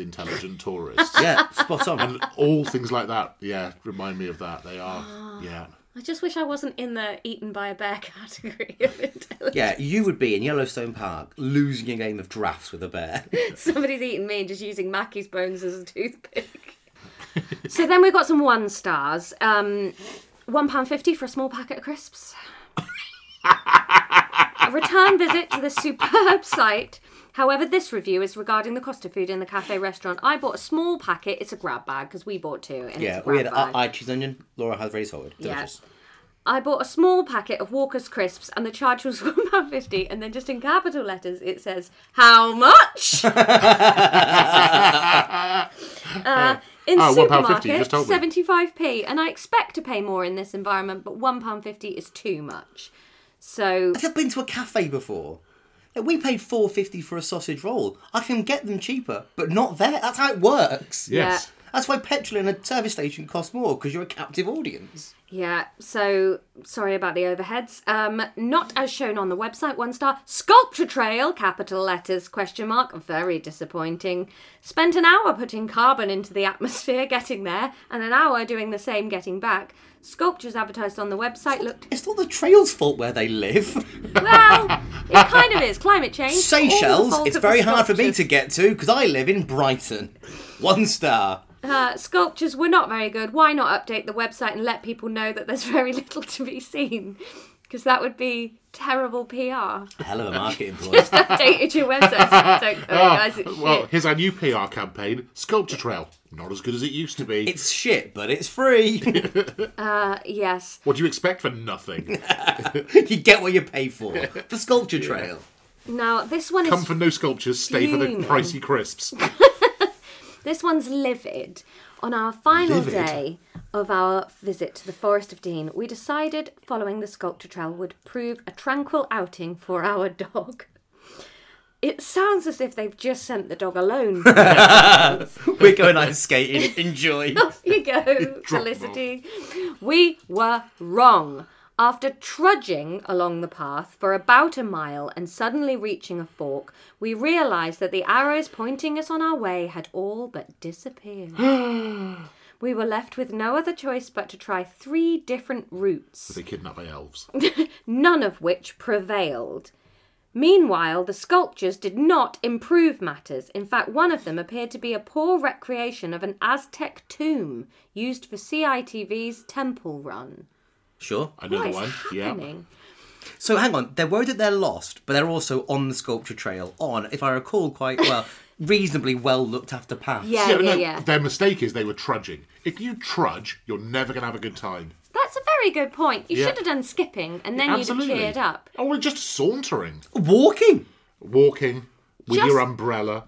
[SPEAKER 4] intelligent tourists.
[SPEAKER 1] Yeah, spot on.
[SPEAKER 4] And all things like that, yeah, remind me of that. They
[SPEAKER 3] Ah.
[SPEAKER 4] are, yeah.
[SPEAKER 3] I just wish I wasn't in the eaten by a bear category of intelligence.
[SPEAKER 1] Yeah, you would be in Yellowstone Park losing a game of drafts with a bear.
[SPEAKER 3] Somebody's eaten me and just using Mackie's bones as a toothpick. so then we got some one stars. Um, one pound fifty for a small packet of crisps. a return visit to the superb site. However, this review is regarding the cost of food in the cafe restaurant. I bought a small packet. It's a grab bag because we bought two, and
[SPEAKER 1] Yeah,
[SPEAKER 3] it's a
[SPEAKER 1] we
[SPEAKER 3] grab
[SPEAKER 1] had
[SPEAKER 3] bag.
[SPEAKER 1] I, I cheese onion. Laura had very solid. Delicious.
[SPEAKER 3] I bought a small packet of Walker's crisps, and the charge was one pound fifty. And then, just in capital letters, it says how much. uh, in
[SPEAKER 4] Oh, £1.50, you
[SPEAKER 3] supermarket,
[SPEAKER 4] just told me.
[SPEAKER 3] seventy-five p, and I expect to pay more in this environment, but one pound fifty is too much. So
[SPEAKER 1] Have you been to a cafe before? Like, we paid four fifty for a sausage roll. I can get them cheaper, but not there. That's how it works.
[SPEAKER 4] Yes.
[SPEAKER 1] That's why petrol in a service station costs more because you're a captive audience.
[SPEAKER 3] yeah, so sorry about the overheads. Um, not as shown on the website. One star sculpture trail, capital letters question mark. Very disappointing. Spent an hour putting carbon into the atmosphere getting there, and an hour doing the same getting back. Sculptures advertised on the website looked
[SPEAKER 1] It's not the trail's fault where they live.
[SPEAKER 3] well. it kind of is climate change. All the
[SPEAKER 1] Seychelles,
[SPEAKER 3] fault
[SPEAKER 1] it's
[SPEAKER 3] of the
[SPEAKER 1] very hard for me
[SPEAKER 3] sculptures.
[SPEAKER 1] to get to because I live in Brighton. One star.
[SPEAKER 3] Uh, sculptures were not very good. Why not update the website and let people know that there's very little to be seen? Because that would be terrible PR.
[SPEAKER 1] Hell of a marketing voice.
[SPEAKER 3] Updated your website. Don't go, guys. It's
[SPEAKER 4] Ah, Well,
[SPEAKER 3] shit.
[SPEAKER 4] here's our new PR campaign Sculpture Trail. Not as good as it used to be.
[SPEAKER 1] It's shit, but it's free.
[SPEAKER 3] Yes.
[SPEAKER 4] What do you expect for nothing?
[SPEAKER 1] you get what you pay for. The sculpture trail.
[SPEAKER 3] Now this one
[SPEAKER 4] Come
[SPEAKER 3] is
[SPEAKER 4] for no sculptures, stay for the
[SPEAKER 3] Fuming.
[SPEAKER 4] pricey crisps.
[SPEAKER 3] this one's livid. On our final day of our visit to the Forest of Dean, we decided following the sculpture trail would prove a tranquil outing for our dog. It sounds as if they've just sent the dog alone.
[SPEAKER 1] We're going ice skating. Enjoy.
[SPEAKER 3] Off you go, Felicity. We were wrong. After trudging along the path for about a mile and suddenly reaching a fork, we realised that the arrows pointing us on our way had all but disappeared. We were left with no other choice but to try three different routes,
[SPEAKER 4] They kidnap by elves.
[SPEAKER 3] none of which prevailed. Meanwhile, the sculptures did not improve matters. In fact, one of them appeared to be a poor recreation of an Aztec tomb used for CITV's temple run.
[SPEAKER 1] Sure.
[SPEAKER 4] Another
[SPEAKER 3] what
[SPEAKER 4] one.
[SPEAKER 3] is
[SPEAKER 4] Yeah.
[SPEAKER 3] happening?
[SPEAKER 1] So hang on, they're worried that they're lost, but they're also on the sculpture trail, on, if I recall quite well, reasonably well looked after paths.
[SPEAKER 3] Yeah, yeah,
[SPEAKER 4] but
[SPEAKER 3] yeah.
[SPEAKER 4] Ah. no, Their mistake is they were trudging. If you trudge, you're never going to have a good time.
[SPEAKER 3] That's a very good point. You
[SPEAKER 4] Yeah.
[SPEAKER 3] should have done skipping, and then
[SPEAKER 4] Absolutely.
[SPEAKER 3] you'd have cheered up.
[SPEAKER 4] Oh, we're just sauntering,
[SPEAKER 1] Walking!
[SPEAKER 4] walking with
[SPEAKER 3] Just-
[SPEAKER 4] your umbrella.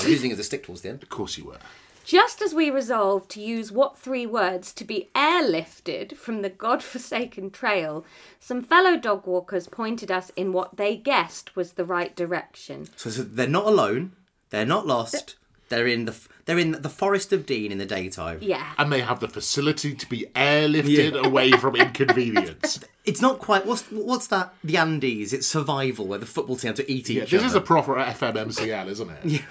[SPEAKER 1] I'm using it as a stick towards the end.
[SPEAKER 4] Of course you were.
[SPEAKER 3] Just as we resolved to use what three words to be airlifted from the godforsaken trail, some fellow dog walkers pointed us in what they guessed was the right direction.
[SPEAKER 1] So, so they're not alone, they're not lost, they're in the f- they're in the forest of Dean in the daytime.
[SPEAKER 3] Yeah.
[SPEAKER 4] And they have the facility to be airlifted away from inconvenience.
[SPEAKER 1] It's not quite what's what's that? The Andes, it's survival where the football team have to eat
[SPEAKER 4] yeah,
[SPEAKER 1] each
[SPEAKER 4] this
[SPEAKER 1] other.
[SPEAKER 4] is a proper FMMCL, isn't it? Yeah.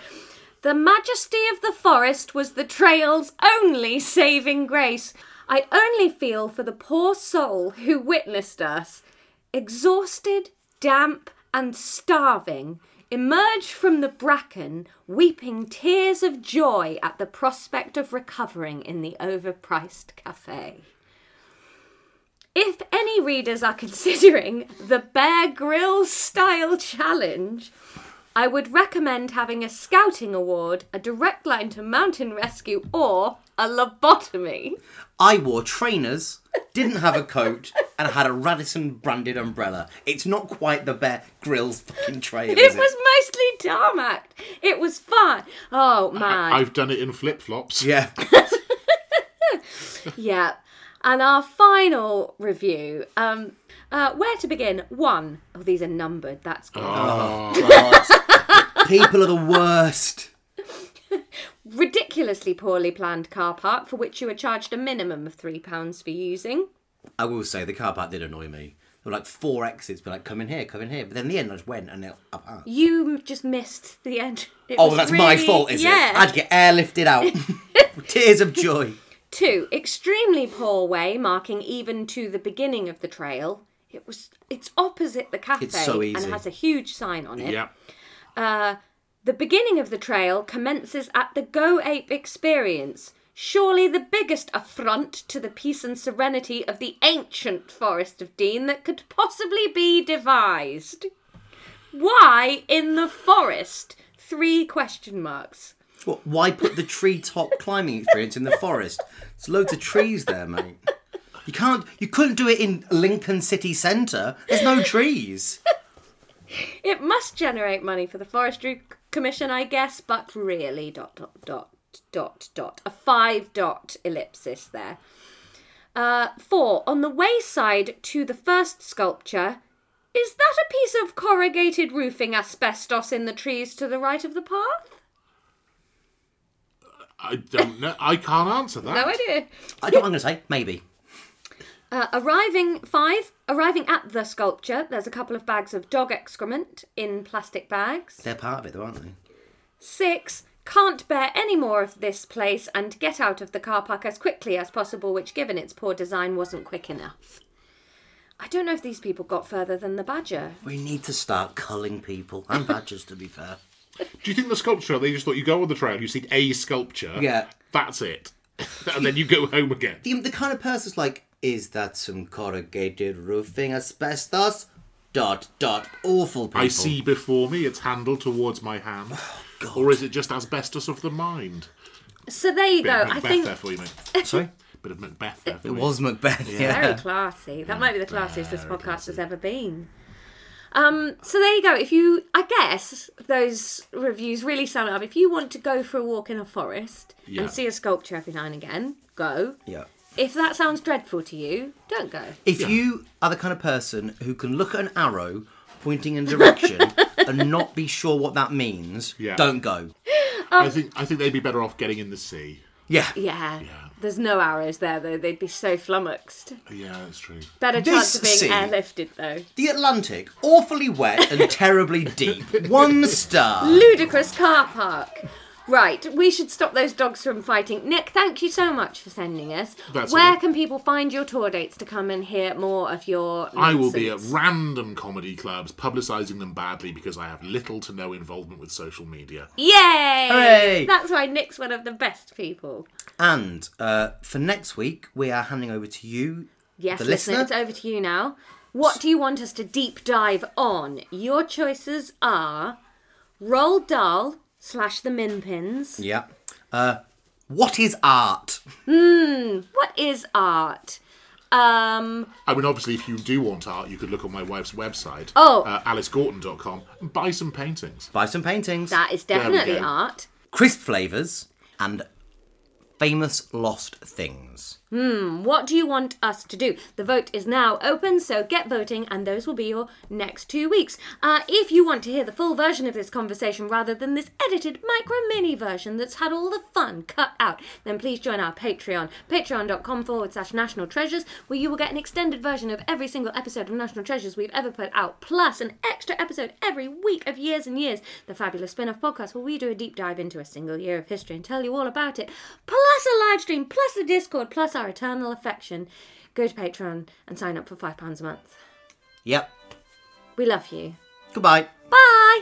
[SPEAKER 3] The majesty of the forest was the trail's only saving grace. I only feel for the poor soul who witnessed us, exhausted, damp, and starving, emerge from the bracken, weeping tears of joy at the prospect of recovering in the overpriced cafe. If any readers are considering the Bear Grylls style challenge, I would recommend having a scouting award, a direct line to mountain rescue, or a lobotomy.
[SPEAKER 1] I wore trainers, didn't have a coat, and had a Radisson branded umbrella. It's not quite the Bear Grylls fucking trail, is
[SPEAKER 3] It was mostly tarmac. It was fun. Oh man,
[SPEAKER 4] I've done it in flip flops.
[SPEAKER 1] Yeah.
[SPEAKER 3] yeah. And our final review. Um, uh, where to begin? One. Oh, these are numbered. That's good.
[SPEAKER 1] Ah. People are the worst.
[SPEAKER 3] Ridiculously poorly planned car park for which you were charged a minimum of three pounds for using.
[SPEAKER 1] I will say the car park did annoy me. There were like four exits, but like come in here, come in here. But then in the end I just went and up out.
[SPEAKER 3] You m- just missed the end. It
[SPEAKER 1] Oh,
[SPEAKER 3] was
[SPEAKER 1] that's my
[SPEAKER 3] really-
[SPEAKER 1] fault, is
[SPEAKER 3] yeah.
[SPEAKER 1] it? I'd get airlifted out. Tears of joy.
[SPEAKER 3] Two, extremely poor way marking even to the beginning of the trail. It was it's opposite the cafe
[SPEAKER 1] It's so easy.
[SPEAKER 3] and has a huge sign on it. Uh,
[SPEAKER 4] Yeah.
[SPEAKER 3] The beginning of the trail commences at the Go Ape experience. Surely the biggest affront to the peace and serenity of the ancient Forest of Dean that could possibly be devised. Why in the forest? Three question marks.
[SPEAKER 1] What, why put the treetop climbing experience in the forest? There's loads of trees there, mate. You can't. You couldn't do it in Lincoln City Centre. There's no trees.
[SPEAKER 3] It must generate money for the Forestry C- Commission, I guess, but really, dot, dot, dot, dot, dot. A five dot ellipsis there. Uh, four, on the wayside to the first sculpture, is that a piece of corrugated roofing asbestos in the trees to the right of the path?
[SPEAKER 4] I don't know. I can't answer that.
[SPEAKER 3] No idea.
[SPEAKER 1] I don't. I'm going to say maybe.
[SPEAKER 3] Uh, arriving five, arriving at the sculpture, there's a couple of bags of dog excrement in plastic bags.
[SPEAKER 1] They're part of it, though, aren't they?
[SPEAKER 3] Six, can't bear any more of this place and get out of the car park as quickly as possible, which, given its poor design, wasn't quick enough. I don't know if these people got further than the badger.
[SPEAKER 1] We need to start culling people and badgers, to be fair.
[SPEAKER 4] Do you think the sculpture, they just thought you go on the trail, you see a sculpture.
[SPEAKER 1] Yeah.
[SPEAKER 4] That's it. and then you go home again.
[SPEAKER 1] The, the kind of person's like, is that some corrugated roofing asbestos? Dot dot. Awful people.
[SPEAKER 4] I see before me its handle towards my hand. or is it just asbestos of the mind?
[SPEAKER 3] So there you
[SPEAKER 4] Bit
[SPEAKER 3] go.
[SPEAKER 4] of
[SPEAKER 3] I
[SPEAKER 4] Macbeth
[SPEAKER 3] think
[SPEAKER 4] there for you, mate. Sorry? Bit of Macbeth there for
[SPEAKER 1] It
[SPEAKER 4] me.
[SPEAKER 1] was Macbeth. Yeah.
[SPEAKER 3] very classy. That might be the classiest this podcast has ever been. Um, so there you go. If you, I guess those reviews really sum it up. If you want to go for a walk in a forest
[SPEAKER 4] Yeah.
[SPEAKER 3] and see a sculpture every now and again, go.
[SPEAKER 1] Yeah.
[SPEAKER 3] If that sounds dreadful to you, don't go.
[SPEAKER 1] If you are the kind of person who can look at an arrow pointing in a direction and not be sure what that means,
[SPEAKER 4] Yeah.
[SPEAKER 1] don't go.
[SPEAKER 3] Um,
[SPEAKER 4] I think I think they'd be better off getting in the sea.
[SPEAKER 1] Yeah.
[SPEAKER 3] Yeah. There's no arrows there though. They'd be so flummoxed.
[SPEAKER 4] Yeah, that's true.
[SPEAKER 3] Better chance
[SPEAKER 1] This
[SPEAKER 3] of
[SPEAKER 1] scene-
[SPEAKER 3] being airlifted though.
[SPEAKER 1] The Atlantic, awfully wet and terribly deep. One star.
[SPEAKER 3] Ludicrous car park. Right, we should stop those dogs from fighting. Nick, thank you so much for sending us.
[SPEAKER 4] That's
[SPEAKER 3] Where
[SPEAKER 4] okay.
[SPEAKER 3] can people find your tour dates to come and hear more of your?
[SPEAKER 4] I will be at
[SPEAKER 3] nonsense?
[SPEAKER 4] random comedy clubs publicising them badly because I have little to no involvement with social media.
[SPEAKER 3] Yay!
[SPEAKER 1] Hooray!
[SPEAKER 3] That's why Nick's one of the best people.
[SPEAKER 1] And uh, for next week, we are handing over to you,
[SPEAKER 3] Yes,
[SPEAKER 1] the
[SPEAKER 3] listener,
[SPEAKER 1] listener.
[SPEAKER 3] it's over to you now. What do you want us to deep dive on? Your choices are Roll Dahl slash the Minpins.
[SPEAKER 1] Yeah. Uh, what is art?
[SPEAKER 3] Hmm, What is art? Um,
[SPEAKER 4] I mean, obviously, if you do want art, you could look on my wife's website,
[SPEAKER 3] Oh.
[SPEAKER 4] uh, alicegorton.com, and buy some paintings.
[SPEAKER 1] Buy some paintings.
[SPEAKER 3] that is
[SPEAKER 4] There we
[SPEAKER 3] definitely
[SPEAKER 4] go.
[SPEAKER 3] art.
[SPEAKER 1] Crisp flavours and famous lost things.
[SPEAKER 3] What do you want us to do? The vote is now open, so get voting, and those will be your next two weeks. Uh, if you want to hear the full version of this conversation rather than this edited micro mini version that's had all the fun cut out, then please join our Patreon, patreon.com forward slash national treasures, where you will get an extended version of every single episode of National Treasures we've ever put out, plus an extra episode every week of Years and Years, the fabulous spin off podcast where we do a deep dive into a single year of history and tell you all about it, plus a live stream, plus a Discord, plus our eternal affection. Go to Patreon and sign up for £5 a month.
[SPEAKER 1] Yep.
[SPEAKER 3] We love you.
[SPEAKER 1] Goodbye.
[SPEAKER 3] Bye!